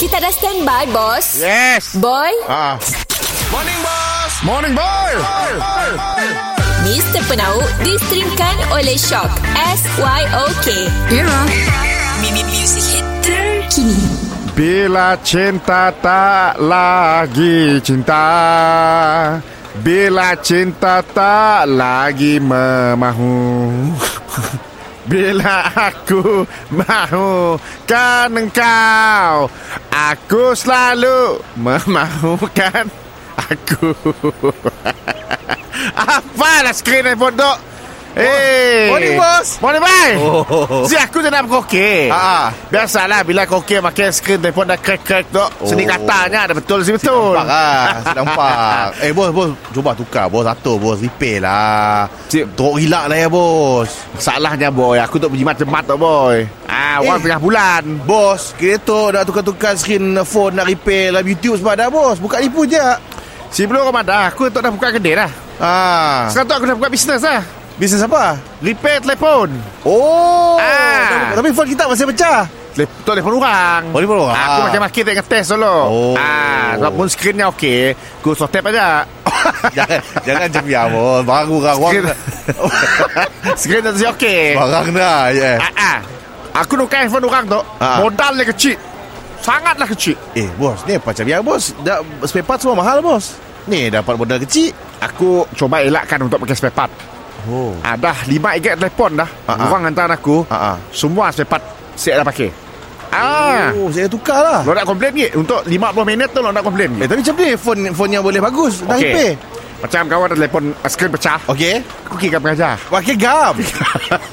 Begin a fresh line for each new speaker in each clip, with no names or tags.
Kita dah standby, bos.
Yes.
Boy,
Ah.
Morning, boss.
Morning, boy.
Mr. Penau distrimkan oleh Shock. S-Y-O-K. Era. Mimi Music Hit terkini.
Bila cinta tak lagi cinta. Bila cinta tak lagi memahu. Bila aku mahu kan engkau Aku selalu memahukan aku Apalah skrin ni bodoh Eh.
Morning, boss.
Morning, bye.
Oh.
Si aku tak nak berkokek.
Ah, ah.
Biasalah bila kokek makan skrin telefon dah crack-crack tu. Oh. Seni
Oh.
katanya ada betul si betul.
Nampak lah Saya nampak Eh bos bos Cuba tukar bos Satu bos Repair lah
Cik.
Teruk hilak lah ya bos
Salahnya boy, aku tak pergi macam mat tu boy. Ah, orang
Eh.
tengah bulan.
Bos Kita tu dah tukar-tukar Screen phone Nak repair live YouTube Sebab dah bos Buka lipu je
Si belum orang dah, aku tak dah buka kedai dah.
Ah,
Sekarang tu aku dah buka bisnes dah.
Bisnes apa?
Repair telefon.
Oh
Ah.
Tapi phone kita masih pecah
Telef- tu telefon orang. Ha,
Oh, telefon orang.
Aku makin-makin tak ingat test dulu.
Oh.
Ah, sebab pun skrinnya okey. Aku sotep aja.
Jangan Jangan cemia bos Baru orang
Skrin, skrin tak si okey.
Barang dah ya. yes.
Ah, ah. Aku nukar handphone orang tu.
Ah.
Modal dia kecil. Sangatlah kecil.
Eh bos Ni macam yang bos dah, Spare part semua mahal bos Ni dapat modal kecil
Aku cuba elakkan untuk pakai spare part.
Oh
Ah, dah lima ikat telefon dah.
Ah, ah.
Uh-huh. Orang hantar aku. Uh-huh.
Ah, ah.
Semua spare part saya dah pakai. Ah.
Oh saya tukar lah
Lo nak komplain ni Untuk 50 minit tu lo nak komplain ni
Eh tapi macam ni Phone, phone yang boleh bagus Dah okay. repair
Macam kawan ada telefon ah, Skrin pecah
Okey
Aku kira mengajar
Pakai gam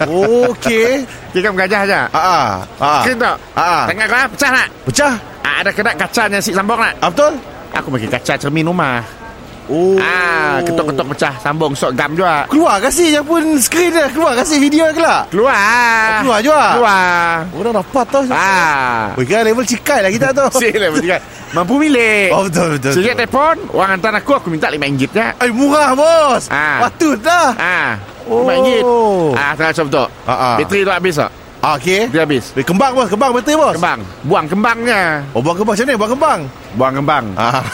Okey
Kira mengajar je
Ah, ah,
Skrin tak
ah.
Tengah kau pecah nak
Pecah
ah, Ada kena kacanya si sambung nak
ah, Betul
Aku bagi kaca cermin rumah
Oh
Ah, Ketuk-ketuk pecah Sambung sok gam juga
Keluar kasih yang pun screen dah Keluar kasih video yang kelak
Keluar
Keluar juga?
Keluar
Orang dapat tau
Ah
Oh, kira level cikai lah kita tu
Si lah bertiga Mampu milik
Oh betul betul,
Sejak
betul.
telefon Orang hantar aku Aku minta RM5 je
Ay, murah bos
Ah.
Patut lah
Ah,
Oh.
RM5 Ah, tengah macam tu
Ah, ah.
Bateri tu habis tak
ah, Okey
Bateri habis
Eh, Kembang bos Kembang betul bos
Kembang Buang kembangnya
Oh buang kembang macam ni Buang kembang
Buang kembang
ah.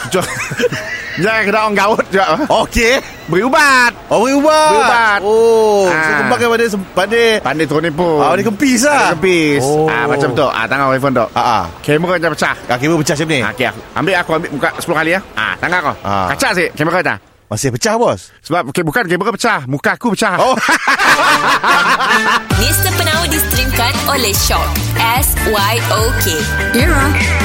Jangan kena orang gaut juga ah.
Okey
Beri ubat
Oh beri ubat
Beri ubat.
Oh
Ah.
ah. So kembang kan pada Pada
Pandai turun ni pun
Ah, dia kempis lah
Dia kempis
oh.
ah, Macam tu ah, Tangan handphone tu
Ah, ah.
Kamera macam pecah
Ah, kabel pecah macam ni
ah, okay, aku. Ambil aku ambil buka 10 kali ya ah, Tangan kau
Ah.
Kaca si kamera kau dah
Masih pecah bos
Sebab okay, bukan kamera pecah Muka aku pecah
Oh
Mr. Penau distrimkan oleh Shock. S-Y-O-K. Era.